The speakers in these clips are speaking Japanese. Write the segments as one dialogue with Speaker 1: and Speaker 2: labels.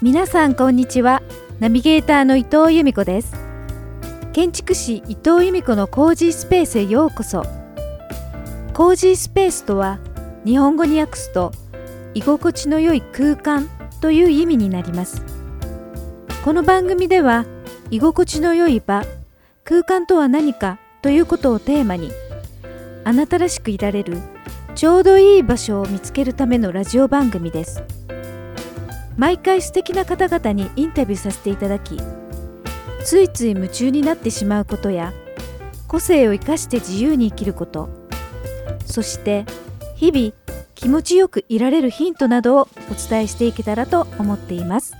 Speaker 1: 皆さんこんにちはナビゲーターの伊藤由美子です建築士伊藤由美子のコージースペースへようこそコージースペースとは日本語に訳すと居心地の良い空間という意味になりますこの番組では居心地の良い場空間とは何かということをテーマにあなたらしくいられるちょうどいい場所を見つけるためのラジオ番組です毎回素敵な方々にインタビューさせていただきついつい夢中になってしまうことや個性を生かして自由に生きることそして日々気持ちよくいられるヒントなどをお伝えしていけたらと思っています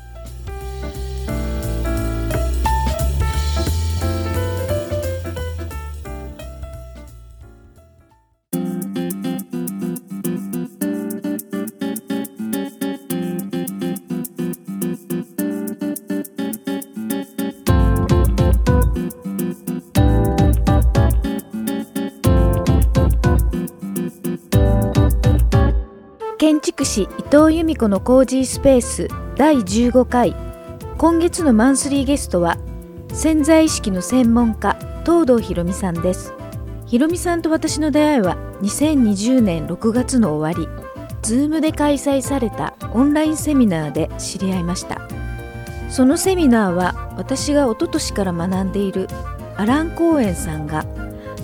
Speaker 1: 建築士伊藤由美子のコージースペース第15回今月のマンスリーゲストは潜在意識の専門家東堂ひろみさんですひろみさんと私の出会いは2020年6月の終わり Zoom で開催されたオンラインセミナーで知り合いましたそのセミナーは私が一昨年から学んでいるアラン・コーエンさんが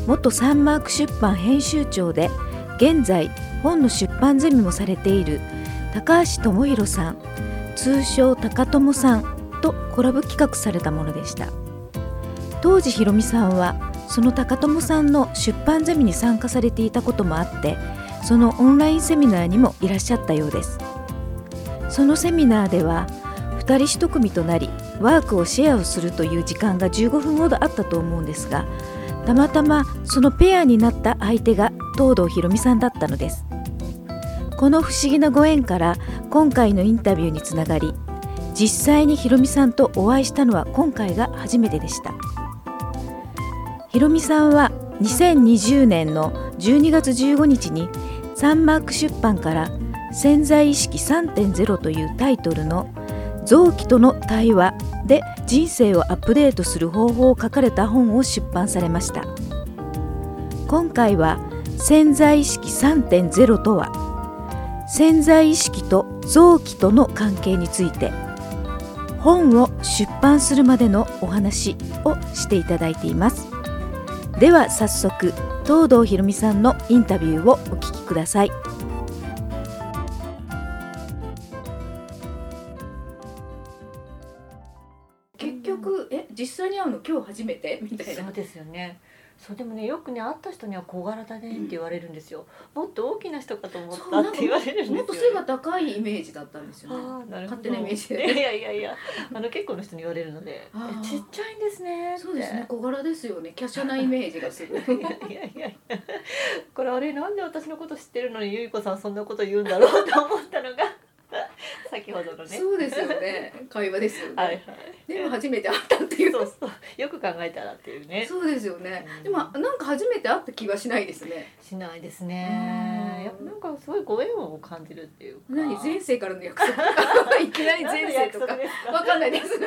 Speaker 1: 元サンマーク出版編集長で現在本の出版ゼミもされている高橋智博さん通称高友さんとコラボ企画されたものでした当時ひろみさんはその高友さんの出版ゼミに参加されていたこともあってそのオンラインセミナーにもいらっしゃったようですそのセミナーでは2人1組となりワークをシェアをするという時間が15分ほどあったと思うんですがたまたまそのペアになった相手が東堂ひろみさんだったのですこの不思議なご縁から今回のインタビューにつながり実際にひろみさんとお会いしたのは今回が初めてでしたひろみさんは2020年の12月15日にサンマーク出版から「潜在意識3.0」というタイトルの「臓器との対話」で人生をアップデートする方法を書かれた本を出版されました今回は「潜在意識3.0」とは「潜在意識と臓器との関係について本を出版するまでのお話をしていただいていますでは早速東堂ひろみさんのインタビューをお聞きください
Speaker 2: 結局え実際に会うの今日初めてみたい
Speaker 3: そ
Speaker 2: な
Speaker 3: うですよねそうでもねよくね会った人には小柄だねって言われるんですよ、もっと大きな人かと思っ
Speaker 2: そう
Speaker 3: た
Speaker 2: な
Speaker 3: っ
Speaker 2: んか
Speaker 3: て言われるん
Speaker 2: も
Speaker 3: で
Speaker 2: っと
Speaker 3: す
Speaker 2: 背
Speaker 3: よ、
Speaker 2: が高いイメージだったんですよね
Speaker 3: ああなるほど
Speaker 2: 勝手なイメージで
Speaker 3: いやいやいやあの結構の人に言われるので
Speaker 2: あー
Speaker 3: えちっちゃいんですねって
Speaker 2: そうですね小柄ですよね華奢なイメージがすごい
Speaker 3: いやいやいやいやこれあれなんで私のこと知ってるのにゆいこさんそんなこと言うんだろうと思ったのが 先ほどのね
Speaker 2: そうですよね会話ですよね、
Speaker 3: はいはい
Speaker 2: でも初めて会ったっていう
Speaker 3: そうそうよく考えたらっていうね
Speaker 2: そうですよね
Speaker 3: うん
Speaker 2: でもなんか初めて会った気はしないですね
Speaker 3: しないです
Speaker 2: うん
Speaker 3: ねやっぱなんかすごいご縁を感じるっていうか
Speaker 2: 何前世からの約束とかいきなり前世とか
Speaker 3: 何の約束です
Speaker 2: わかんないです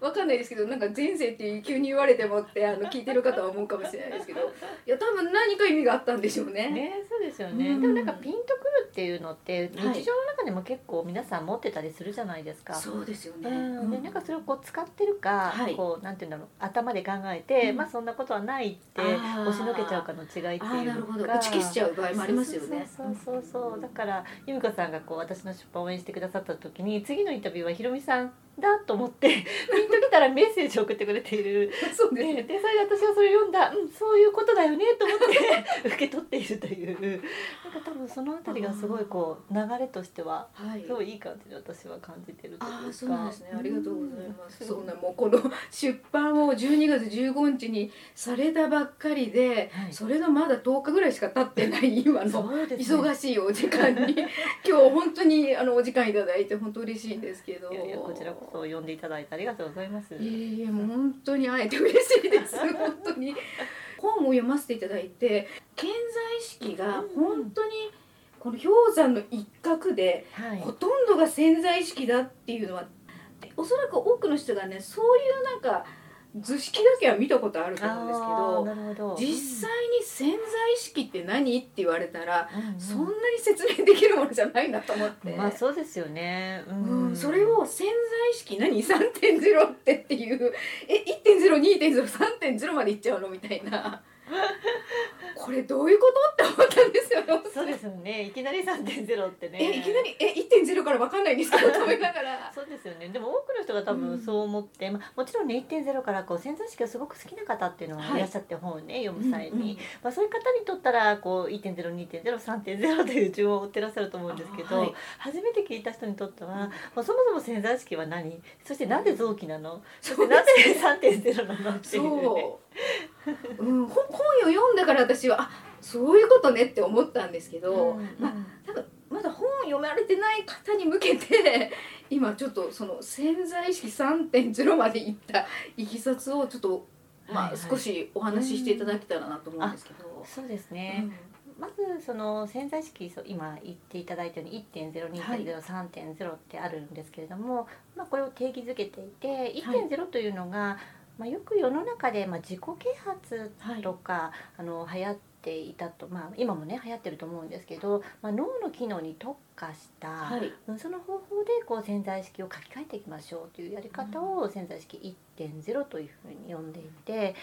Speaker 2: わかんないですけどなんか前世って急に言われてもってあの聞いてる方は思うかもしれないですけどいや多分何か意味があったんでしょうね
Speaker 3: ね、そうですよね、
Speaker 2: うん
Speaker 3: でもなんかピンとくるっていうのって日
Speaker 2: はい
Speaker 3: 常の中でも結構皆さん持ってたりするじゃないですか。
Speaker 2: そうですよね、
Speaker 3: うん、でなんかそれをこう使ってるか、
Speaker 2: はい
Speaker 3: こうなんていうんだろう頭で考えて、
Speaker 2: うん
Speaker 3: まあそんなことはないって
Speaker 2: あー
Speaker 3: 押しのけちゃうかの違いって
Speaker 2: ああ
Speaker 3: い
Speaker 2: なる
Speaker 3: う
Speaker 2: ほど
Speaker 3: か
Speaker 2: 打ち消しちゃう場合もありますよね
Speaker 3: そうそうそうそうそうだから由美子さんがこう私の出版を応援してくださった時に次のインタビューはひろみさんだと思って ピンときたらメッセージを送ってくれている
Speaker 2: そうです
Speaker 3: ね、でそれで私はそれ読んだ、うん、そういうことだよねと思って 受け取っているというなんか多分そのあたりがすごいこう流れとしては
Speaker 2: はい
Speaker 3: すごいいい感じで私は感じてるというか
Speaker 2: ああそうなんですねありがとうございます、
Speaker 3: うん
Speaker 2: そんなもうこの出版を12月15日にされたばっかりで、
Speaker 3: はい
Speaker 2: それのまだ10日ぐらいしか経ってない今の
Speaker 3: そうですね
Speaker 2: 忙しいお時間に 今日本当にあのお時間いただいて本当嬉しいんですけど
Speaker 3: いやいやこちらこそ読んでいただいてありがとうございます
Speaker 2: いえいえもう本当に会えて嬉しいです 本当に本を読ませていただいて健在意識が本当にこの氷山の一角で
Speaker 3: はい
Speaker 2: ほとんどが潜在意識だっていうのはおそらく多くの人がねそういうなんか図式だけは見たことあると思うんですけ
Speaker 3: あー
Speaker 2: ど
Speaker 3: なるほど
Speaker 2: 実際に潜在意識って何って言われたら、
Speaker 3: うんうん
Speaker 2: そんなに説明できるものじゃないなと思って、
Speaker 3: まあそうですよねう
Speaker 2: うん、それを潜在意識何3.0ってっていうえ1.02.03.0までいっちゃうのみたい なこれどういうことって思ったんですよね
Speaker 3: そうですよねいきなり3.0ってね
Speaker 2: えいきなりえ1.0から分かんないんですけどと思いなが ら
Speaker 3: そうですよねでも多くの人が多分そう思って、まあ、もちろんね1.0からこう潜在意識がすごく好きな方っていうの
Speaker 2: は
Speaker 3: が
Speaker 2: い
Speaker 3: いらっしゃって本をね、読む際に、
Speaker 2: うんうん
Speaker 3: まあ、そういう方にとったらこう1.02.03.0という順を追ってらっしゃると思うんですけど、
Speaker 2: あはい
Speaker 3: 初めて聞いた人にとっては、
Speaker 2: うん
Speaker 3: まあ、そもそも潜在意識は何そしてなんで臓器なの、そして
Speaker 2: う
Speaker 3: なぜ3.0なのっていう、ね、
Speaker 2: そう、うん、ほ本を読んだから私はあそういうことねって思ったんですけど、
Speaker 3: んん
Speaker 2: ままだ本を読まれてない方に向けて 今ちょっとその潜在意識3.0までいったいきさつをちょっと、
Speaker 3: は
Speaker 2: ま
Speaker 3: い
Speaker 2: あ、
Speaker 3: はい
Speaker 2: 少しお話ししていただけたらなと思うんですけど。
Speaker 3: そうですね、まずその潜在意識そう今言っていただいたように
Speaker 2: はい
Speaker 3: 1.02.03.0ってあるんですけれども、まあ、これを定義づけていて1.0というのが、まあ、よく世の中でまあ自己啓発
Speaker 2: はい
Speaker 3: とか、あの流行っていたと、まあ、今もね流行ってると思うんですけど、まあ、脳の機能に特化した、
Speaker 2: はい
Speaker 3: うんその方法でこう潜在意識を書き換えていきましょうというやり方を潜在意識1.0というふうに呼んでいて、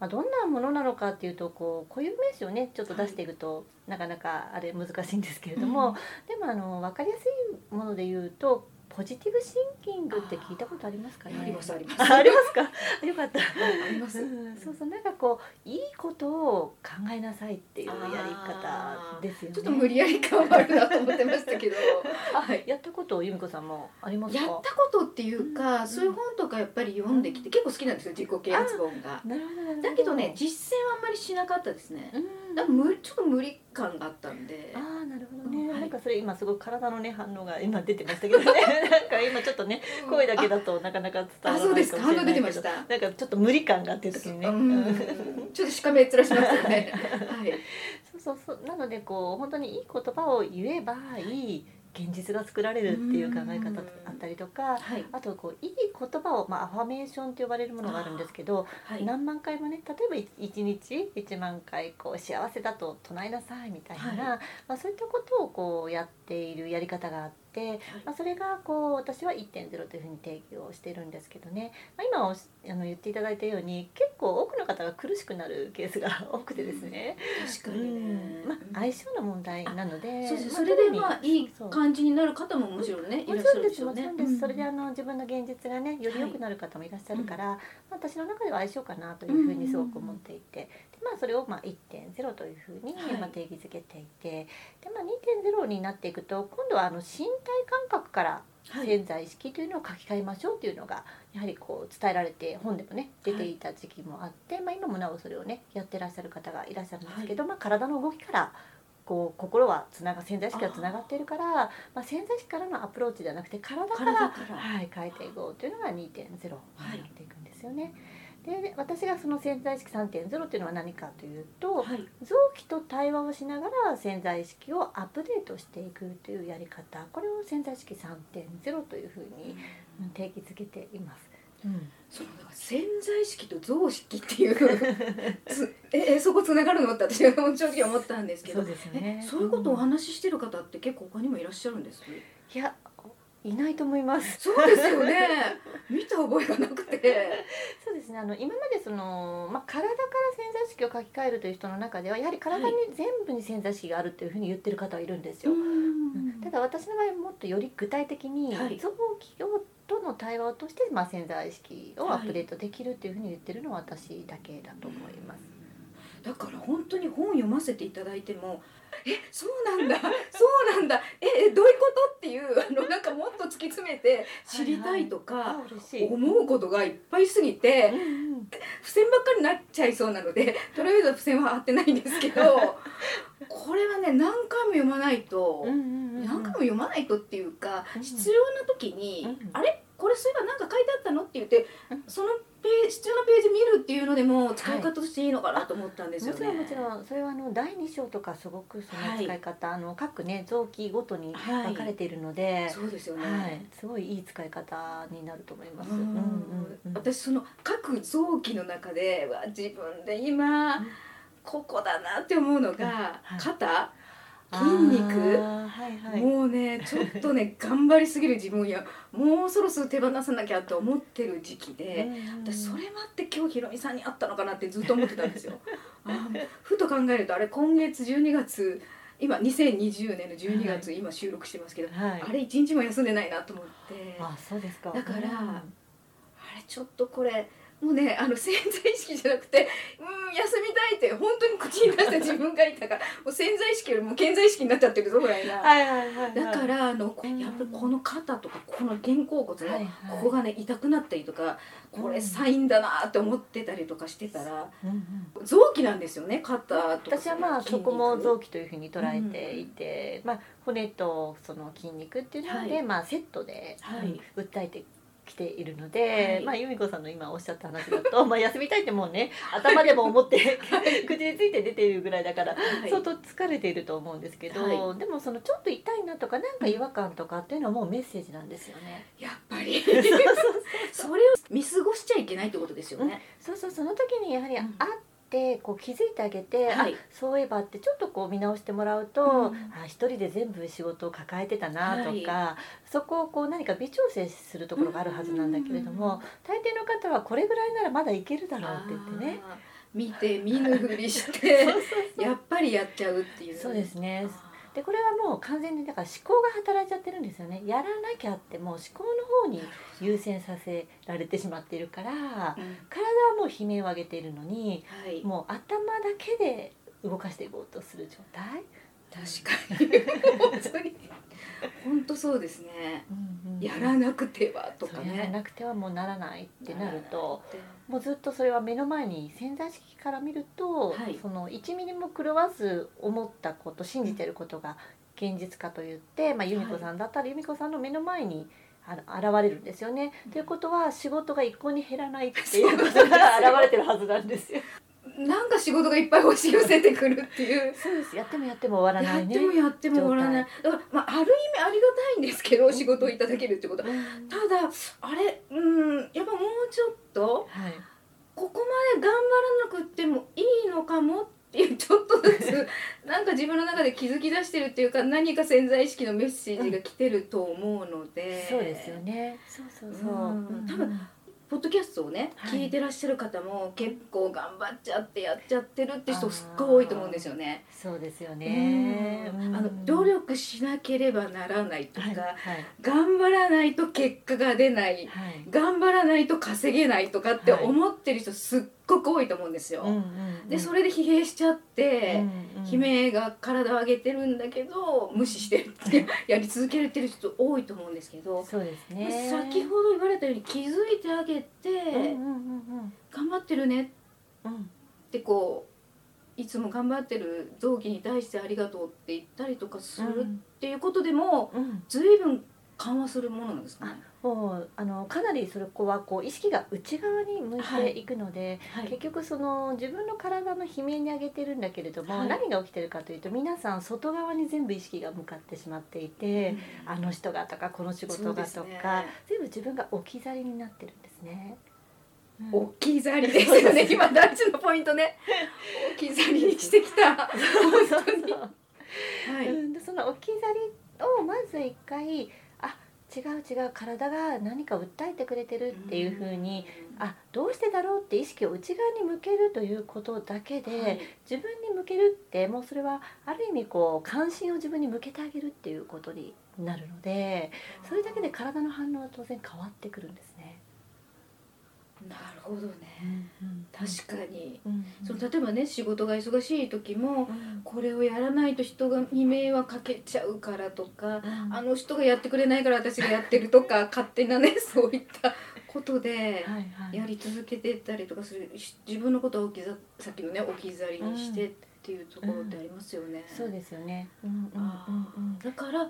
Speaker 3: まあ、どんなものなのかっていうとこう固有名詞をねちょっと出していくとなかなかあれ難しいんですけれども、でもあの分かりやすいもので言うとポジティブシンキングって聞いたことありますかね
Speaker 2: ありますありま す
Speaker 3: あありますかあよか った。
Speaker 2: ありま
Speaker 3: う
Speaker 2: す
Speaker 3: ん、そうそうなんかこういいことを考えなさいっていうやり
Speaker 2: あ
Speaker 3: 方
Speaker 2: ー
Speaker 3: ですよね。
Speaker 2: ちょっと無理やり感はあるなと思ってましたけどはい
Speaker 3: やったことを由美子さんもありますか。
Speaker 2: やったことっていうか、
Speaker 3: うん
Speaker 2: そういう本とかやっぱり読んできて結構好きなんですよ自己啓発本が。
Speaker 3: なるほどなるほど
Speaker 2: だけどね実践はあんまりしなかったですね。
Speaker 3: うん
Speaker 2: だから無ちょっと無理感があったんで
Speaker 3: あ。あなるほどね、
Speaker 2: はい
Speaker 3: なんかそれ今すごく体のね反応が今出てましたけど ねなんか今ちょっとね声だけだとなかなか伝わら
Speaker 2: あ
Speaker 3: ないか
Speaker 2: そう
Speaker 3: もしれない
Speaker 2: で
Speaker 3: け
Speaker 2: す
Speaker 3: ど
Speaker 2: か反応出てました
Speaker 3: なんかちょっと無理感があってる時にね、
Speaker 2: う
Speaker 3: うん
Speaker 2: ん ちょっとしかめっ面しましたよね。はい。
Speaker 3: そうそうそうなのでこう本当にいい言葉を言えばいい現実が作られるっていう考え方
Speaker 2: うん
Speaker 3: あったりとか
Speaker 2: はい。
Speaker 3: あとこういい言葉を、まあ、アファメーションと呼ばれるものがあるんですけど
Speaker 2: はい。
Speaker 3: 何万回もね例えば一日1万回こう幸せだと唱えなさいみたいな、
Speaker 2: は
Speaker 3: まあ、そういったことをこうやっているやり方があって、まあ、それがこう私は1.0というふうに定義をしているんですけどね、まあ、今おしあの言っていただいたように結構多くの方が苦しくなるケースが多くてですね、
Speaker 2: 確か
Speaker 3: う
Speaker 2: にね
Speaker 3: ん。まあ、相性の問題なので
Speaker 2: そうそう
Speaker 3: まあ
Speaker 2: それで
Speaker 3: 特に
Speaker 2: まあいい
Speaker 3: そう
Speaker 2: 感じになる方ももちろんねい
Speaker 3: も
Speaker 2: ら
Speaker 3: ち
Speaker 2: っしゃ
Speaker 3: ろん
Speaker 2: る
Speaker 3: で
Speaker 2: ですしょ
Speaker 3: も
Speaker 2: う
Speaker 3: ち
Speaker 2: ね
Speaker 3: ろんです、。それで
Speaker 2: うん
Speaker 3: あの自分の現実がねより良くなる方もいらっしゃるから、まあ私の中では相性かなというふうにすごく思っていて、でまあ、それをまあ1.0というふうに
Speaker 2: はい
Speaker 3: まあ定義づけていて、でまあ、2.0になっていくと今度はあの身体感覚から
Speaker 2: はい。
Speaker 3: 潜在意識というのを書き換えましょうというのがやはりこう伝えられて本でもね出ていた時期もあって、まあ、今もなおそれをねやってらっしゃる方がいらっしゃるんですけど、まあ、体の動きからこう心はつなが潜在意識がつながっているからまあ、潜在意識からのアプローチじゃなくて体から
Speaker 2: 体から。
Speaker 3: はい、変えていこうというのが2.0になっていくんですよね。で私がその潜在意識3.0というのは何かというと、
Speaker 2: はい。
Speaker 3: 臓器と対話をしながら潜在意識をアップデートしていくというやり方これを潜在意識3.0というふうにうん定義づけています。
Speaker 2: そのなんか潜在意識と常識って いうつええそこつながるのって私は正直思ったんですけど
Speaker 3: です
Speaker 2: えそういうことをお話ししてる方って結構他にもいらっしゃるんです、
Speaker 3: いやいないと思います。
Speaker 2: そうですよね見た覚えがなく て
Speaker 3: そうですねあの今までその、まあ、体から潜在意識を書き換えるという人の中ではやはり体に全部に潜在意識があるというふうに言ってる方はいるんですよ。うんただ私の場合もっとより具体的に
Speaker 2: はい
Speaker 3: 臓器をとの対話を通して、まあ、潜在意識をアップデートできるっていうふうに言ってるのは私だけだと思います。
Speaker 2: だから本当に本読ませていただいてもえそうなんだそうなんだええどういうことっていうあのなんかもっと突き詰めて知りたいとか、
Speaker 3: あ嬉しい。うん
Speaker 2: 思うことがいっぱいすぎて
Speaker 3: うん
Speaker 2: 付箋ばっかりになっちゃいそうな のでとりあえず付箋は貼ってないんですけどこれはね何回も読まないと、
Speaker 3: うんうんうんうん
Speaker 2: 何回も読まないとっていうか、
Speaker 3: うん
Speaker 2: 必要な時に、
Speaker 3: うん
Speaker 2: あれこれそういえばなんか書いてあったの?」って言ってそのページ必要なページ見るっていうのでも使い方としていいのかなと思ったんです
Speaker 3: も
Speaker 2: よ
Speaker 3: ち
Speaker 2: ね。
Speaker 3: ろんもちろんそれはあの第2章とかすごくその使い方、あの各ね臓器ごとに
Speaker 2: はい
Speaker 3: 分かれているので、
Speaker 2: そうですよね、
Speaker 3: はい、すごいいい使い方になると思います。
Speaker 2: うん
Speaker 3: うんうんうん
Speaker 2: 私その各臓器の中でわ自分で今、
Speaker 3: うん
Speaker 2: ここだなって思うのが、
Speaker 3: はい
Speaker 2: 肩、
Speaker 3: あ
Speaker 2: 筋肉
Speaker 3: ーはいはい。
Speaker 2: もうねちょっ とね頑張りすぎる自分やもうそろそろ手放さなきゃと思ってる時期で。私それ待って今日ひろみさんに会ったのかなってずっと思ってたんですよ。あーふと考えるとあれ今月12月今2020年の12月、今収録してますけど、
Speaker 3: はい
Speaker 2: あ。れ一日も休んでないなと思ってあ
Speaker 3: あ、そうですか。
Speaker 2: だから
Speaker 3: うん
Speaker 2: れちょっとこれもうねあの潜在意識じゃなくてうん休みたいって本当に口に出した自分がいたからもう潜在意識よりも健在意識になっちゃってるぞぐらいな。
Speaker 3: はいはいはいはい。
Speaker 2: だか
Speaker 3: は
Speaker 2: らあの
Speaker 3: うん
Speaker 2: やっぱりこの肩とかこの肩甲骨
Speaker 3: いは
Speaker 2: の
Speaker 3: い、
Speaker 2: ここがね痛くなったりとかこ
Speaker 3: う
Speaker 2: れ
Speaker 3: ん
Speaker 2: サインだなって思ってたりとかしてたら
Speaker 3: うんうん
Speaker 2: 臓器なんですよね肩とか
Speaker 3: 私はまあそこも
Speaker 2: 臓
Speaker 3: 臓器というふうに捉えていて、まあ、骨とその筋肉っていうので、
Speaker 2: はい
Speaker 3: まあ、セットで、
Speaker 2: はい
Speaker 3: うん訴えてきているので、
Speaker 2: はい
Speaker 3: まあ、由美子さんの今おっしゃった話だと まあ休みたいってもうね頭でも思って 口について出ているぐらいだから、
Speaker 2: はい
Speaker 3: 相当疲れていると思うんですけど、
Speaker 2: は
Speaker 3: でもそのちょっと痛いなとかなんか違和感とかっていうのはもうメッセージなんですよね。
Speaker 2: やっぱり
Speaker 3: そうそう
Speaker 2: それを見過ごしちゃいけないってことですよね。
Speaker 3: そうそうその時にやはり
Speaker 2: う
Speaker 3: 会
Speaker 2: ん
Speaker 3: ってこう気づいてあげて、あ
Speaker 2: はい
Speaker 3: そういえばってちょっとこう見直してもらうと、
Speaker 2: うん
Speaker 3: あ一人で全部仕事を抱えてたなとか、
Speaker 2: は
Speaker 3: そこをこう何か微調整するところがあるはずなんだけれども、
Speaker 2: うん
Speaker 3: 大抵の方はこれぐらいならまだいけるだろうって言ってね。
Speaker 2: あー見て見ぬふり し
Speaker 3: そう
Speaker 2: て
Speaker 3: そうそう
Speaker 2: やっぱりやっちゃうっていう。
Speaker 3: そうですね
Speaker 2: あ
Speaker 3: でこれはもう完全にだから思考が働いちゃってるんですよねやらなきゃってもう思考の方に優先させられてしまっているから
Speaker 2: ー。うん
Speaker 3: 体はもう悲鳴を上げているのに
Speaker 2: はい。
Speaker 3: もう頭だけで動かしていこうとする状態、
Speaker 2: 確かに 本当に本当そうですね。やらなくてはと
Speaker 3: と
Speaker 2: か
Speaker 3: かねやら
Speaker 2: ね。
Speaker 3: なくてはもうならないってなると
Speaker 2: ならなくて。
Speaker 3: もうずっとそれは目の前に潜在意識から見ると、
Speaker 2: はい
Speaker 3: その1ミリも狂わず思ったこと信じてることが現実化と言って、まあ、由美子さんだったら由美子さんの目の前にあの現れるんですよね。
Speaker 2: うん
Speaker 3: ということは仕事が一向に減らないっていうことが現れてるはずなん ですよ。
Speaker 2: なんか仕事がいっぱい押し寄せてくるっていう。
Speaker 3: そうですやって もやっても終わら
Speaker 2: や
Speaker 3: な
Speaker 2: っ
Speaker 3: いね。
Speaker 2: てもやっても終わらない。だから、まあ、ある意味ありがたいんですけど、仕事をいただけるってことは。
Speaker 3: うん
Speaker 2: ただ、あれ、うん、やっぱもうちょっと、
Speaker 3: はい
Speaker 2: ここまで頑張らなくってもいいのかもっていう、ちょっとず つ、なんか自分の中で気づき出してるっていうか、何か潜在意識のメッセージが来てると思うので、
Speaker 3: そうですよね。そうそうそう。
Speaker 2: うん
Speaker 3: うん
Speaker 2: 多分ポッドキャストをね、
Speaker 3: はい
Speaker 2: 聞いてらっしゃる方も結構頑張っちゃってやっちゃってるって人すっごい多いと思うんですよね。
Speaker 3: そうですよ
Speaker 2: ね
Speaker 3: ね。
Speaker 2: あの努力しなければならないと
Speaker 3: と
Speaker 2: か、
Speaker 3: はいはい
Speaker 2: 頑張らないと結果が出ない
Speaker 3: はい。
Speaker 2: 頑張らないと稼げないとかって
Speaker 3: はい
Speaker 2: 思ってる人すっごく多いと思うんですよ。
Speaker 3: うんうんうん
Speaker 2: でそれで疲弊しちゃっ
Speaker 3: う
Speaker 2: て、
Speaker 3: んうん
Speaker 2: 悲鳴が体を上げてるんだけど無視してるってやり続けてる人多いと思うんですけど、
Speaker 3: そうですね。
Speaker 2: 先ほど言われたように気づいてあげて、
Speaker 3: うんうんうん
Speaker 2: 頑張ってるね
Speaker 3: うんうん
Speaker 2: ってこういつも頑張ってる臓器に対してありがとうって言ったりとかするっていうことでも、
Speaker 3: うん
Speaker 2: 随分緩和するものなんですかね。
Speaker 3: もうあのかなりそれこはこう意識が内側に向いていくので、
Speaker 2: は
Speaker 3: 結局その自分の体の悲鳴に上げてるんだけれども、
Speaker 2: はい
Speaker 3: 何が起きてるかというと皆さん外側に全部意識が向かってしまっていて、あの人がとかこの仕事が
Speaker 2: そ
Speaker 3: と
Speaker 2: うです
Speaker 3: か、
Speaker 2: ね
Speaker 3: 全部自分が置き去りになってるんですね。うん
Speaker 2: 置き去りですよね今ダッチのポイントね置き去りにしてきたは
Speaker 3: そうそうそう
Speaker 2: い、
Speaker 3: うんでその置き去りをまず一回あ違う違う体が何か訴えてくれてるっていうふうに、あどうしてだろうって意識を内側に向けるということだけで、
Speaker 2: はい
Speaker 3: 自分に向けるってもうそれはある意味こう関心を自分に向けてあげるっていうことになるのでそれだけで体の反応は当然変わってくるんですね。
Speaker 2: なるほどね確かに、
Speaker 3: うん
Speaker 2: その例えばね仕事が忙しい時もこれをやらないと人がに迷惑かけちゃうからとか、
Speaker 3: うん
Speaker 2: あの人がやってくれないから私がやってるとか勝手なね そういったことで
Speaker 3: はいはい
Speaker 2: やり続けてたりとかするし自分のことを置きざさっきのね置き去りにしてっていうところってありますよね。
Speaker 3: そうですよね。うんうんうんうん
Speaker 2: だから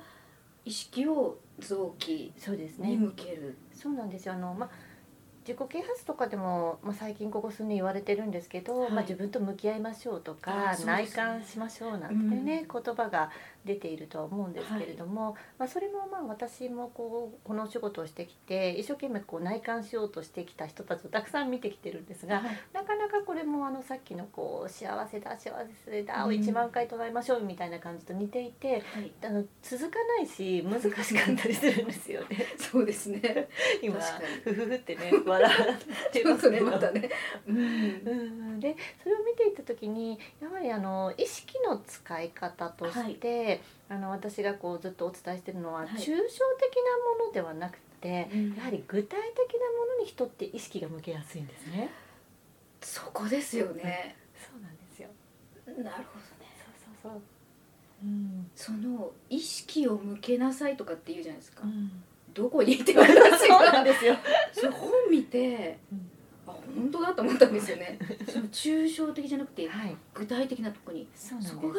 Speaker 2: 意識を臓器
Speaker 3: そうです
Speaker 2: に
Speaker 3: ね。
Speaker 2: 向ける、
Speaker 3: そうなんですよ。あのまあ自己啓発とかでも、まあ、最近ここ数年言われてるんですけど、
Speaker 2: はい
Speaker 3: まあ、自分と向き合いましょうと
Speaker 2: あ
Speaker 3: か、
Speaker 2: そうで
Speaker 3: 内
Speaker 2: すね
Speaker 3: 観しましょうなんてね、言葉が出ているとは思うんですけれども、まあ、それもまあ私もこうこのお仕事をしてきて一生懸命こう内観しようとしてきた人たちをたくさん見てきてるんですが、
Speaker 2: はい
Speaker 3: なかなかこれもあのさっきのこう幸せだ幸せだを
Speaker 2: うん
Speaker 3: 1万回唱えましょうみたいな感じと似ていて、あの続かないし難しかったりするんですよね
Speaker 2: そうですね
Speaker 3: 今
Speaker 2: 確かに
Speaker 3: ふふふってね笑って
Speaker 2: ちょ
Speaker 3: ま
Speaker 2: っと
Speaker 3: すけ
Speaker 2: ね
Speaker 3: ど
Speaker 2: またね、うん
Speaker 3: うんうんでそれを見ていた時にやはりあの意識の使い方として、あの私がこうずっとお伝えしてるのは、
Speaker 2: はい
Speaker 3: 抽象的なものではなくてやはり具体的なものに人って意識が向けやすいんですね。
Speaker 2: そこですよね、
Speaker 3: そうなんですよ
Speaker 2: なるほどね
Speaker 3: そうそうそううん
Speaker 2: その意識を向けなさいとかって言うじゃないですか、
Speaker 3: うん
Speaker 2: どこにって言われたんですよ
Speaker 3: そうなんですよ。
Speaker 2: それ本見て、
Speaker 3: うん
Speaker 2: あ本当だと思ったんですよねその抽象的じゃなくて
Speaker 3: はい。
Speaker 2: 具体的なとこに
Speaker 3: そうなんです。
Speaker 2: そこが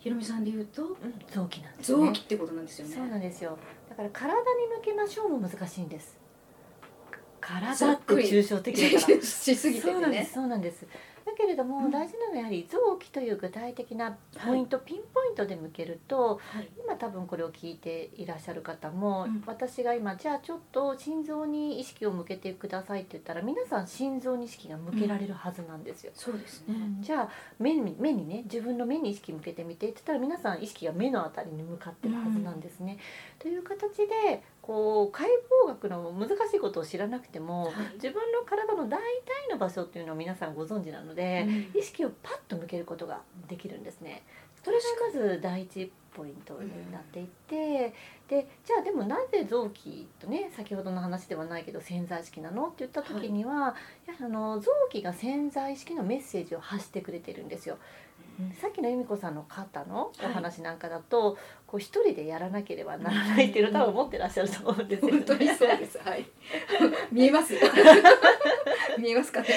Speaker 2: ひろみさんで言うと
Speaker 3: うん臓器なんです、ね。
Speaker 2: 臓器ってことなんですよね
Speaker 3: そう なんですよ。だから体に向けましょうも難しいんです。か体
Speaker 2: ざ
Speaker 3: っ
Speaker 2: ってくり
Speaker 3: 抽象的だから。
Speaker 2: しすぎて
Speaker 3: そう
Speaker 2: て
Speaker 3: なんで
Speaker 2: ね
Speaker 3: す。そうなんです。だけれども、
Speaker 2: うん
Speaker 3: 大事なのはやはり臓器という具体的なポイント、ピンポイントで向けると
Speaker 2: はい
Speaker 3: 今多分これを聞いていらっしゃる方も、
Speaker 2: うん
Speaker 3: 私が今じゃあちょっと心臓に意識を向けてくださいって言ったら皆さん心臓に意識が向けられるはずなんですよ。
Speaker 2: そうですね、
Speaker 3: じゃあ目に目にね自分の目に意識向けてみてって言ったら皆さん意識が目のあたりに向かってるはずなんですね。という形でこう解剖学の難しいことを知らなくても、
Speaker 2: はい
Speaker 3: 自分の体の大体の場所っていうのを皆さんご存知なので、
Speaker 2: うん
Speaker 3: 意識をパッと向けることができるんですね。それがまず第一ポイントになっていて、でじゃあでもなぜ臓器とね先ほどの話ではないけど潜在意識なのって言った時には、やはりあの臓器が潜在意識のメッセージを発してくれてるんですよ。さっきの由美子さんの方のお話なんかだと、こう一人でやらなければならないっていうのを多分思ってらっしゃると思うんですよね。
Speaker 2: 本当にそうです。 はい。見えます。見えますかね。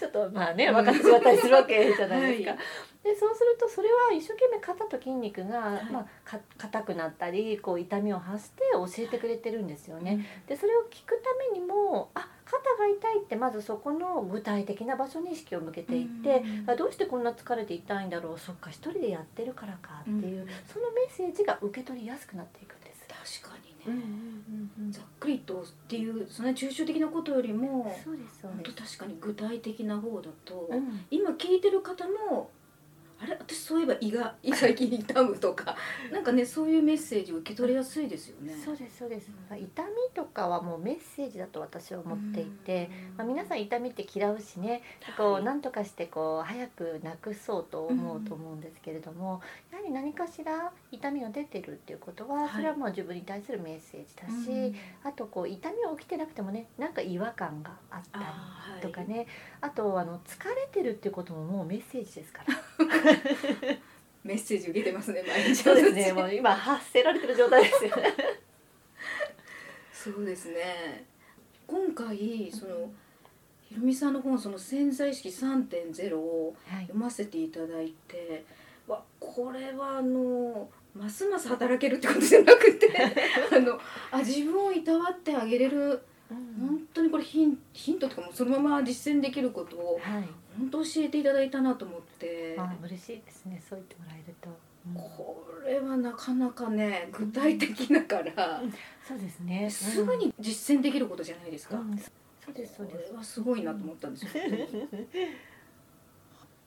Speaker 3: ちょっとまあね分かってしまったりするわけじゃないですか。
Speaker 2: はい
Speaker 3: でそうするとそれは一生懸命肩と筋肉が、
Speaker 2: い
Speaker 3: まあ、か硬くなったりこう痛みを発して教えてくれてるんですよね。でそれを聞くためにもあ肩が痛いってまずそこの具体的な場所に意識を向けていって、
Speaker 2: うん
Speaker 3: あどうしてこんな疲れて痛いんだろうそっか一人でやってるからかっていう、
Speaker 2: うん
Speaker 3: そのメッセージが受け取りやすくなっていくんです。
Speaker 2: 確かにね。ざっくりとっていうそんな抽象的なことよりも、
Speaker 3: そうですそう
Speaker 2: 本
Speaker 3: で
Speaker 2: 当
Speaker 3: す。
Speaker 2: 確かに具体的な方だと、
Speaker 3: うん
Speaker 2: 今聞いてる方も。あれ私そういえば胃が胃最近痛む とかなんかねそういうメッセージを受け取りやすいですよね。
Speaker 3: そうですそうです、痛みとかはもうメッセージだと私は思っていて、
Speaker 2: うん
Speaker 3: まあ、皆さん痛みって嫌うしねこう何とかしてこう早くなくそうと思うと思うんですけれども、やはり何かしら痛みが出てるっていうこと
Speaker 2: は
Speaker 3: はいそれはもう自分に対するメッセージだし、
Speaker 2: うん
Speaker 3: あとこう痛みは起きてなくてもねなんか違和感があったり
Speaker 2: あーはい
Speaker 3: とかねあ,、とあの疲れてるっていうことももうメッセージですから
Speaker 2: メッセージ受けてますね毎日。
Speaker 3: そうです ねもう今発せられてる状態ですよね。
Speaker 2: そうですね今回そのひろみさんの本「その潜在意識3.0」を
Speaker 3: はい
Speaker 2: 読ませていただいてわこれはあのますます働けるってことじゃなく てあのあ自分をいたわってあげれる本当にこれヒンヒントとかもうそのまま実践できることを
Speaker 3: はい
Speaker 2: 本当教えていただいたなと思って。
Speaker 3: あ嬉しいですねそう言ってもらえると、うん
Speaker 2: これはなかなかね具体的だから
Speaker 3: そうですね
Speaker 2: すぐ、に実践できることじゃないです
Speaker 3: う
Speaker 2: か
Speaker 3: んうんそうですそう
Speaker 2: こ
Speaker 3: です
Speaker 2: れはすごいなと思ったんですよ。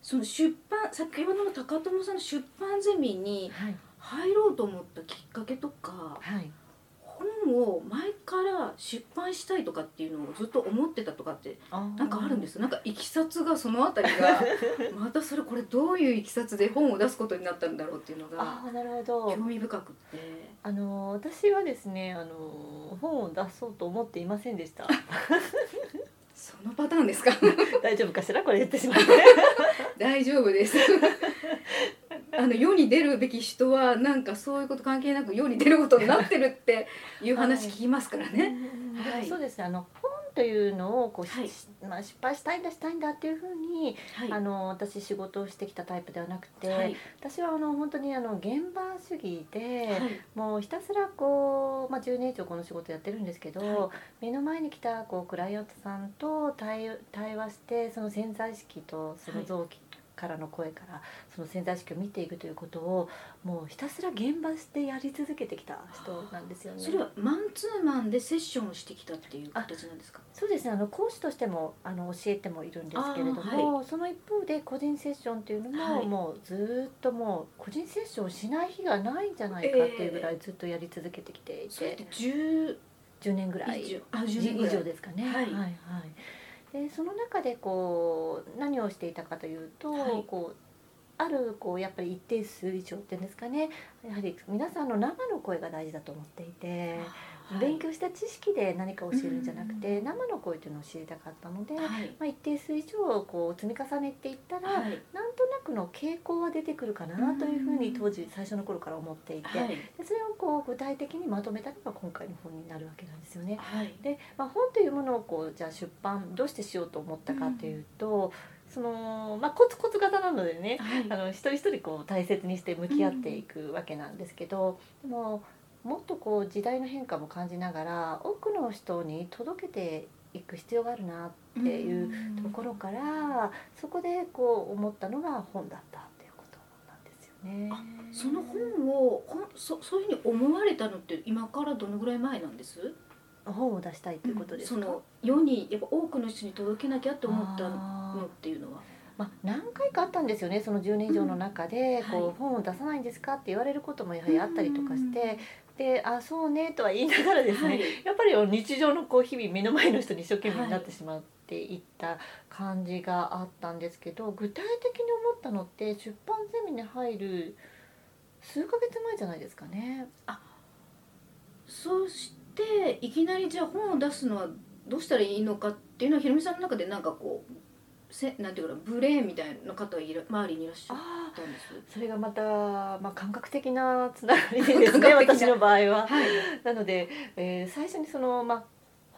Speaker 2: その出版先ほどの高友さんの出版ゼミに
Speaker 3: はい
Speaker 2: 入ろうと思ったきっかけとか
Speaker 3: はい
Speaker 2: 本を前から出版したいとかっていうのをずっと思ってたとかってなんかあるんですすなんかいきさつがそのあたり がまたそれこれどういういきさつで本を出すことになったんだろうっていうのが
Speaker 3: ああなるほど
Speaker 2: 興味深くて
Speaker 3: あの私はですねあの本を出そうと思っていませんでした
Speaker 2: そのパターンですか
Speaker 3: 大丈夫かしらこれ言ってしまって
Speaker 2: 大丈夫です あの世に出るべき人はなんかそういうこと関係なく世に出ることになってるっていう話聞きますからね。
Speaker 3: うんうんうん
Speaker 2: はい
Speaker 3: そうですねあの本というのをこう、
Speaker 2: はい
Speaker 3: しまあ、失敗したいんだしたいんだっていうふうに、
Speaker 2: はい
Speaker 3: あの私仕事をしてきたタイプではなくて、
Speaker 2: はい
Speaker 3: 私はあの本当にあの現場主義で、
Speaker 2: はい
Speaker 3: もうひたすらこう、まあ、10年以上この仕事やってるんですけど、
Speaker 2: は
Speaker 3: 目の前に来たこうクライアントさんと対対話してその潜在意識とその臓器からの声からその潜在意識を見ていくということをもうひたすら現場してやり続けてきた人なんですよね。
Speaker 2: それはマンツーマンでセッションをしてきたっていう形なんですか
Speaker 3: そうですねあの講師としてもあの教えてもいるんですけれど
Speaker 2: あー
Speaker 3: も、その一方で個人セッションというのも、
Speaker 2: はい
Speaker 3: もうずーっともう個人セッションをしない日がないんじゃないかっていうぐらいずっとやり続けてきてい、
Speaker 2: それってて10
Speaker 3: 10年ぐらい
Speaker 2: 以上あ
Speaker 3: 以
Speaker 2: 10年ぐらい
Speaker 3: 上ですかね。
Speaker 2: はい
Speaker 3: はいでその中でこう何をしていたかというと、
Speaker 2: はい
Speaker 3: こうあるこうやっぱり一定数以上っていうんですかねやはり皆さんの生の声が大事だと思っていて。
Speaker 2: はい
Speaker 3: 勉強した知識で何かを教えるんじゃなく
Speaker 2: うん
Speaker 3: て生の声というのを知りたかったので、ま
Speaker 2: はい
Speaker 3: あ、一定数以上こう積み重ねていったら、
Speaker 2: はい
Speaker 3: なんとなくの傾向は出てくるかなというふうに当時最初の頃から思っていて、
Speaker 2: はい
Speaker 3: でそれをこう具体的にまとめたのが今回の本になるわけなんですよね。
Speaker 2: はい
Speaker 3: で、まあ、本というものをこうじゃあ出版どうしてしようと思ったかというと、そのまあ、コツコツ型なのでね
Speaker 2: はい
Speaker 3: あの一人一人こう大切にして向き合っていくわけなんですけど、でももっとこう時代の変化も感じながら多くの人に届けていく必要があるなっていう
Speaker 2: う
Speaker 3: ところから、そこでこう思ったのが本だったっていうことなんですよね。
Speaker 2: あその本をほんそそういうふうに思われたのって今からどのぐらい前なんです
Speaker 3: 本を出したいということですか、
Speaker 2: その世にやっぱ多くの人に届けなきゃと思ったの
Speaker 3: あー
Speaker 2: っていうのは
Speaker 3: まあ、何回かあったんですよねその10年以上の中で、
Speaker 2: うん
Speaker 3: こ
Speaker 2: はいう
Speaker 3: 本を出さないんですかって言われることもやはりあったりとかして、であそうねとは言いながらですね、
Speaker 2: はい
Speaker 3: やっぱり日常のこう日々目の前の人に一生懸命になってしまっていった感じがあったんですけど、具体的に思ったのって出版ゼミに入る数ヶ月前じゃないですかね。
Speaker 2: そしていきなりじゃあ本を出すのはどうしたらいいのかっていうのはひろみさんの中でなんかこうせなんていうかなブレーンみたいな方がいら周りにいらっしゃっ
Speaker 3: あ
Speaker 2: たんです
Speaker 3: それがまた、まあ、感覚的なつながりですね
Speaker 2: 感覚的な
Speaker 3: 私の場合は。
Speaker 2: はい
Speaker 3: なので、えー最初にその、まあ、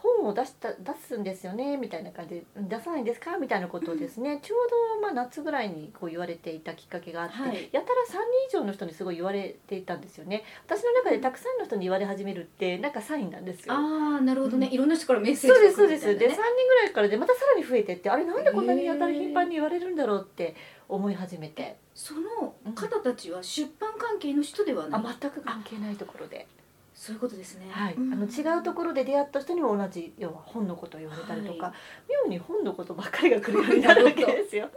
Speaker 3: 本を出した出すんですよねみたいな感じで出さないんですかみたいなことをですね、ちょうど、まあ、夏ぐらいにこう言われていたきっかけがあって、
Speaker 2: はい
Speaker 3: やたら3人以上の人にすごい言われていたんですよね私の中でたくさんの人に言われ始めるってなんかサインなんですよ。
Speaker 2: ああなるほどね、
Speaker 3: うん
Speaker 2: いろんな人からメッセージ
Speaker 3: そうですそ
Speaker 2: が
Speaker 3: う
Speaker 2: 来る
Speaker 3: で
Speaker 2: みたい
Speaker 3: すで
Speaker 2: な
Speaker 3: 3
Speaker 2: ね
Speaker 3: 人ぐらいからでまたさらに増えてってあれなんでこんなにやたら頻繁に言われるんだろうって思い始めて
Speaker 2: その方たちは出版関係の人ではない、
Speaker 3: あ全く関係ないところで
Speaker 2: そういうことですね、
Speaker 3: はい、あ
Speaker 2: ん
Speaker 3: の違うところで出会った人にも同じ要は本のことを言われたりとか、妙に本のことばっかりが来るよう になるわけですよ。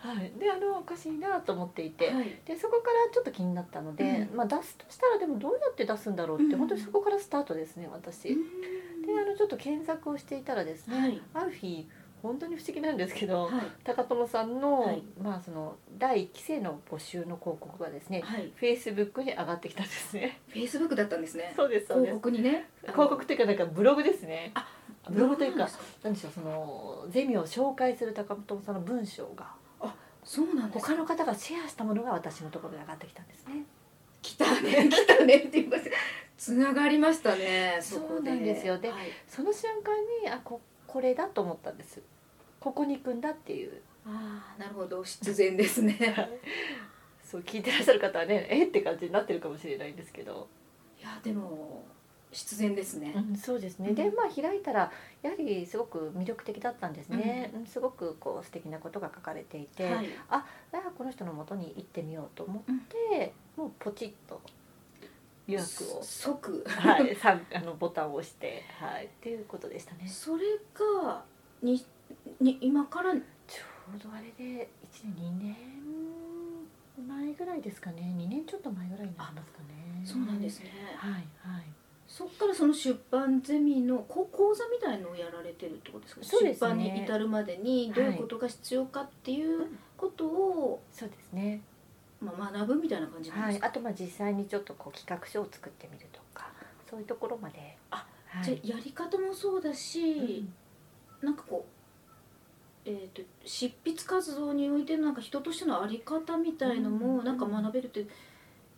Speaker 3: はい、であのおかしいなと思っていて、
Speaker 2: はい
Speaker 3: でそこからちょっと気になったので、まあ、出すとしたらでもどうやって出すんだろうって、
Speaker 2: うん
Speaker 3: 本当にそこからスタートですね私。であのちょっと検索をしていたらですね、
Speaker 2: はい
Speaker 3: ある日本当に不思議なんですけど、
Speaker 2: はい
Speaker 3: 高友さんの,、
Speaker 2: はい
Speaker 3: まあその第1期生の募集の広告がですね、
Speaker 2: はい、
Speaker 3: フェイスブックに上がってきたんですね。
Speaker 2: フェイスブックだったんですね
Speaker 3: そうですそうで
Speaker 2: 広
Speaker 3: す
Speaker 2: 告にね
Speaker 3: 広告というかなんかブログですね
Speaker 2: あ
Speaker 3: ブログという
Speaker 2: なん
Speaker 3: か
Speaker 2: です
Speaker 3: 何でしょうそのゼミを紹介する高本さんの文章が
Speaker 2: そうなんです
Speaker 3: 他の方がシェアしたものが私のところに上がってきたんですね
Speaker 2: 来た ね来たねっていうことつながりましたねそこで
Speaker 3: そうなんですよで
Speaker 2: はい
Speaker 3: その瞬間にあここれだと思ったんですここに行くんだっていう
Speaker 2: ああなるほど必然ですねい
Speaker 3: そう聞いてらっしゃる方はね えって感じになってるかもしれないんですけど、
Speaker 2: やでも必然ですね、
Speaker 3: うん、そうですねでまあ開いたらやはりすごく魅力的だったんですね、うんすごくこう素敵なことが書かれていて、
Speaker 2: はい
Speaker 3: あこの人の元に行ってみようと思って、もうポチッと予約を、
Speaker 2: 即
Speaker 3: はい、さんあのボタンを押して、はい、っていうことでしたね。
Speaker 2: それがにに今から
Speaker 3: ちょうどあれで1年2年前ぐらいですかね2年ちょっと前ぐらいになりますかね。
Speaker 2: そうなんですね、
Speaker 3: はいはい
Speaker 2: そっからその出版ゼミのこ講座みたいのをやられてるってことですか
Speaker 3: そうですね
Speaker 2: 出版に至るまでにどういうことが必要かっていうことを、
Speaker 3: そうですね、
Speaker 2: まあ、学ぶみたいな感じなん
Speaker 3: は
Speaker 2: です
Speaker 3: い、
Speaker 2: か、
Speaker 3: あとまあ実際にちょっとこう企画書を作ってみるとかそういうところまで。
Speaker 2: あ
Speaker 3: はい、
Speaker 2: じゃあやり方もそうだ
Speaker 3: う
Speaker 2: し、
Speaker 3: ん
Speaker 2: なんかこう、えー、と執筆活動においてのなんか人としての在り方みたいの
Speaker 3: うんうん
Speaker 2: も
Speaker 3: うん
Speaker 2: なんか学べるって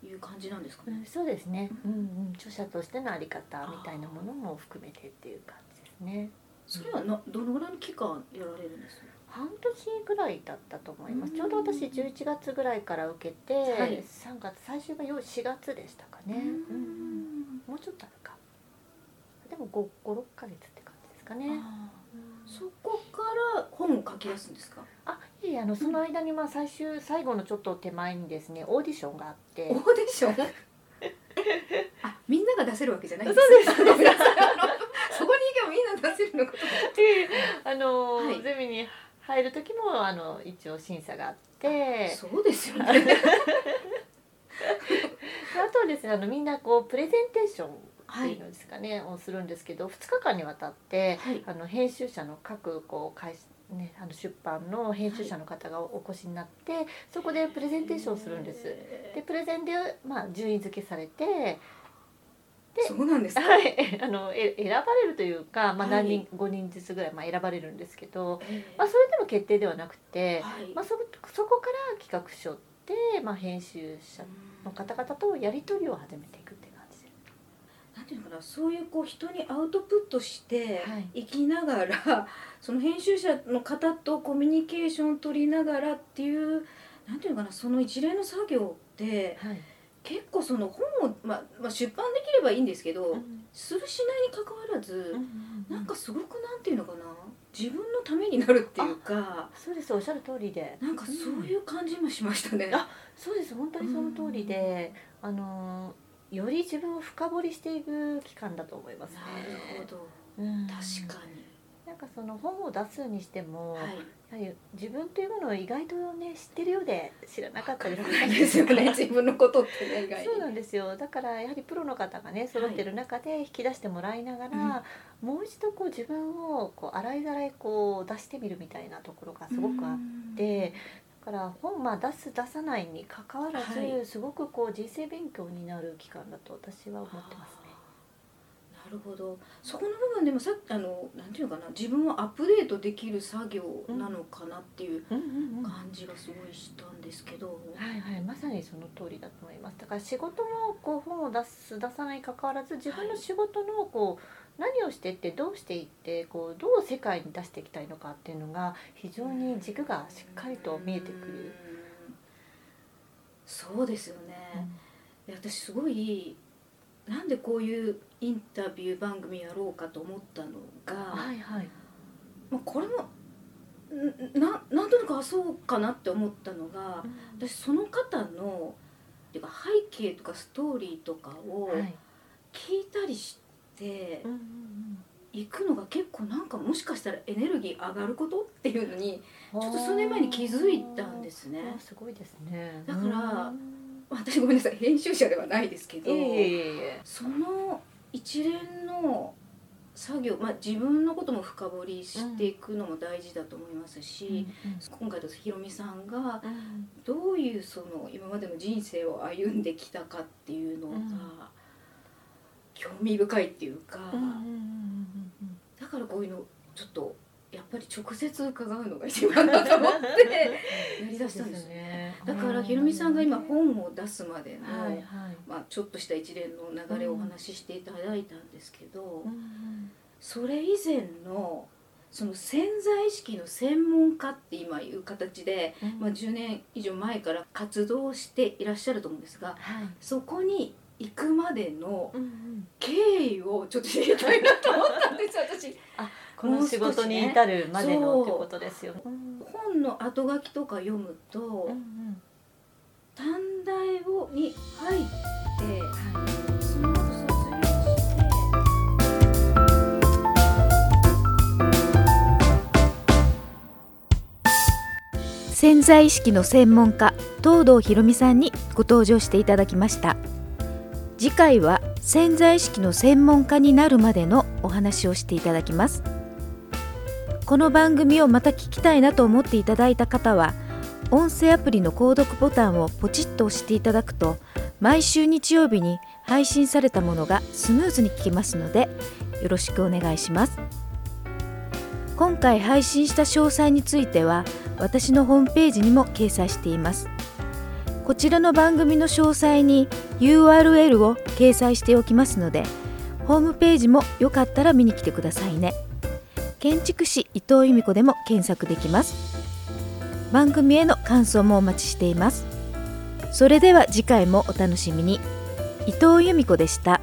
Speaker 2: いう感じなんですか
Speaker 3: う
Speaker 2: ね。
Speaker 3: んそうですね、うんうん、著者としてのあり方みたいなものも含めてっていう感じですですね
Speaker 2: それはなどのぐらいの期間やられるんですか
Speaker 3: 半年ぐらいだったと思います、
Speaker 2: うん
Speaker 3: ちょうど私11月ぐらいから受けて、
Speaker 2: はい
Speaker 3: 3月最終がよう4月でしたかね、
Speaker 2: うん
Speaker 3: もうちょっとあるかでも56ヶ月って感じですかね
Speaker 2: あーそこから本を書き出すんですか
Speaker 3: あいえいえあのその間にまあ最終最後のちょっと手前にですねオーディションがあっ
Speaker 2: オ
Speaker 3: て
Speaker 2: ーディションえあみんなが出せるわけじゃないん
Speaker 3: そうです
Speaker 2: ごめんなさいあのそこに行けばみんな出せるのかと思って
Speaker 3: あのー
Speaker 2: はい
Speaker 3: ゼミに入る時もあの一応審査があって
Speaker 2: そうですよね
Speaker 3: あとはですねあのみんなこうプレゼンテーション
Speaker 2: は
Speaker 3: ってい
Speaker 2: いう
Speaker 3: のですかね、をするんですけど2日間にわたって
Speaker 2: はい
Speaker 3: あの編集者の各こう会社ね、あの出版の編集者の方がお越しになって、そこでプレゼンテーションするんです。で
Speaker 2: へ
Speaker 3: プレゼンで、まあ、順位付けされて、
Speaker 2: ーそうなんですか
Speaker 3: はい、 あのえ選ばれるというか、まあ、
Speaker 2: はい
Speaker 3: 何人、5人ずつぐらい、まあ、選ばれるんですけど、まあ、
Speaker 2: は
Speaker 3: それでも決定ではなくて、
Speaker 2: い
Speaker 3: まあ、そそこから企画書って、まあ、編集者の方々とやり取りを始めていくっていう感じで
Speaker 2: なんていうのかなそういうこう人にアウトプットして
Speaker 3: はい
Speaker 2: いきながら、その編集者の方とコミュニケーションを取りながらっていうなんていうのかなその一連の作業って
Speaker 3: す。はい
Speaker 2: 結構その本を、まあまあ、出版できればいいんですけど、するしないに関わらず、なんかすごくなんていうのかな自分のためになるっていうか
Speaker 3: そうですおっしゃる通りで
Speaker 2: なんかそういう感じもしましたね。
Speaker 3: あそうです本当にその通りで、あのより自分を深掘りしていく期間だと思いますね。
Speaker 2: なるほど
Speaker 3: うん
Speaker 2: 確かに、
Speaker 3: なんかその本を出すにしても、
Speaker 2: はい
Speaker 3: やはり自分というものを意外とね知ってるようで知らなかったりする
Speaker 2: ないですよね自分のことってね意外に
Speaker 3: そうなんですよだからやはりプロの方がね揃ってる中で引き出してもらいながら、もう一度こう自分をこう洗いざらいこう出してみるみたいなところがすごくあって、だから本まあ出す出さないにかかわらず、
Speaker 2: は
Speaker 3: すごくこう人生勉強になる期間だと私は思ってますね。
Speaker 2: なるほどそこの部分でもさっきあのなんていうのかな自分をアップデートできる作業なのかなっていう
Speaker 3: うんうんうんは
Speaker 2: 感じがすごいしたんですけど、
Speaker 3: いはい、まさにその通りだと思いますだから仕事もこう本を出す出さないにかかわらず自分の仕事のこう、何をしていってどうしていってこうどう世界に出していきたいのかっていうのが非常に軸がしっかりと見えてくる。
Speaker 2: うんそうですよね、いや私すごいなんでこういうインタビュー番組やろうかと思ったのが、
Speaker 3: はいはい
Speaker 2: まあ、これもんななんとなくあそうかなって思ったのが私その方のっていうか背景とかストーリーとかを
Speaker 3: はい
Speaker 2: 聞いたりして
Speaker 3: うんうんうん
Speaker 2: 行くのが結構なんかもしかしたらエネルギー上がることっていうのにちょっと数年前に気づいたんですね
Speaker 3: あ。すごいですね。
Speaker 2: だから
Speaker 3: うん
Speaker 2: 私ごめんなさい編集者ではないですけ
Speaker 3: い
Speaker 2: ど、
Speaker 3: えいえいえいえ。
Speaker 2: その一連の作業、まあ、自分のことも深掘りしていくのも大事だと思いますし、今回だとひろみさんがどういうその今までの人生を歩んできたかっていうのが
Speaker 3: うん
Speaker 2: 興味深いっていうか、
Speaker 3: うんうんうんうんうん
Speaker 2: だからこういうのちょっとやっぱり直接伺うのが一番だ と 思ってやりだしたんですよね。
Speaker 3: ね
Speaker 2: だからひろみさんが今
Speaker 3: は
Speaker 2: 本を出すまでの、
Speaker 3: いはい。
Speaker 2: まあ、ちょっとした一連の流れをお話ししていただいたんですけど、それ以前のその潜在意識の専門家って今いう形で、まあ、10年以上前から活動していらっしゃると思うんです
Speaker 3: は
Speaker 2: が
Speaker 3: い。
Speaker 2: そこに行くまでの
Speaker 3: うんうん
Speaker 2: 経緯をちょっと知りたいなと思ったんです私
Speaker 3: この仕事に至るまでのってことですよね。うん
Speaker 2: 本の後書きとか読むと
Speaker 3: うん
Speaker 2: 短大をに入って。
Speaker 3: は
Speaker 2: その後卒業して
Speaker 1: 潜在意識の専門家東堂ひろみさんにご登場していただきました次回は潜在意識の専門家になるまでのお話をしていただきますこの番組をまた聞きたいなと思っていただいた方は音声アプリの購読ボタンをポチッと押していただくと毎週日曜日に配信されたものがスムーズに聞けますのでよろしくお願いします今回配信した詳細については私のホームページにも掲載していますこちらの番組の詳細に URL を掲載しておきますのでホームページもよかったら見に来てくださいね建築士伊藤由美子でも検索できます番組への感想もお待ちしていますそれでは次回もお楽しみに伊藤由美子でした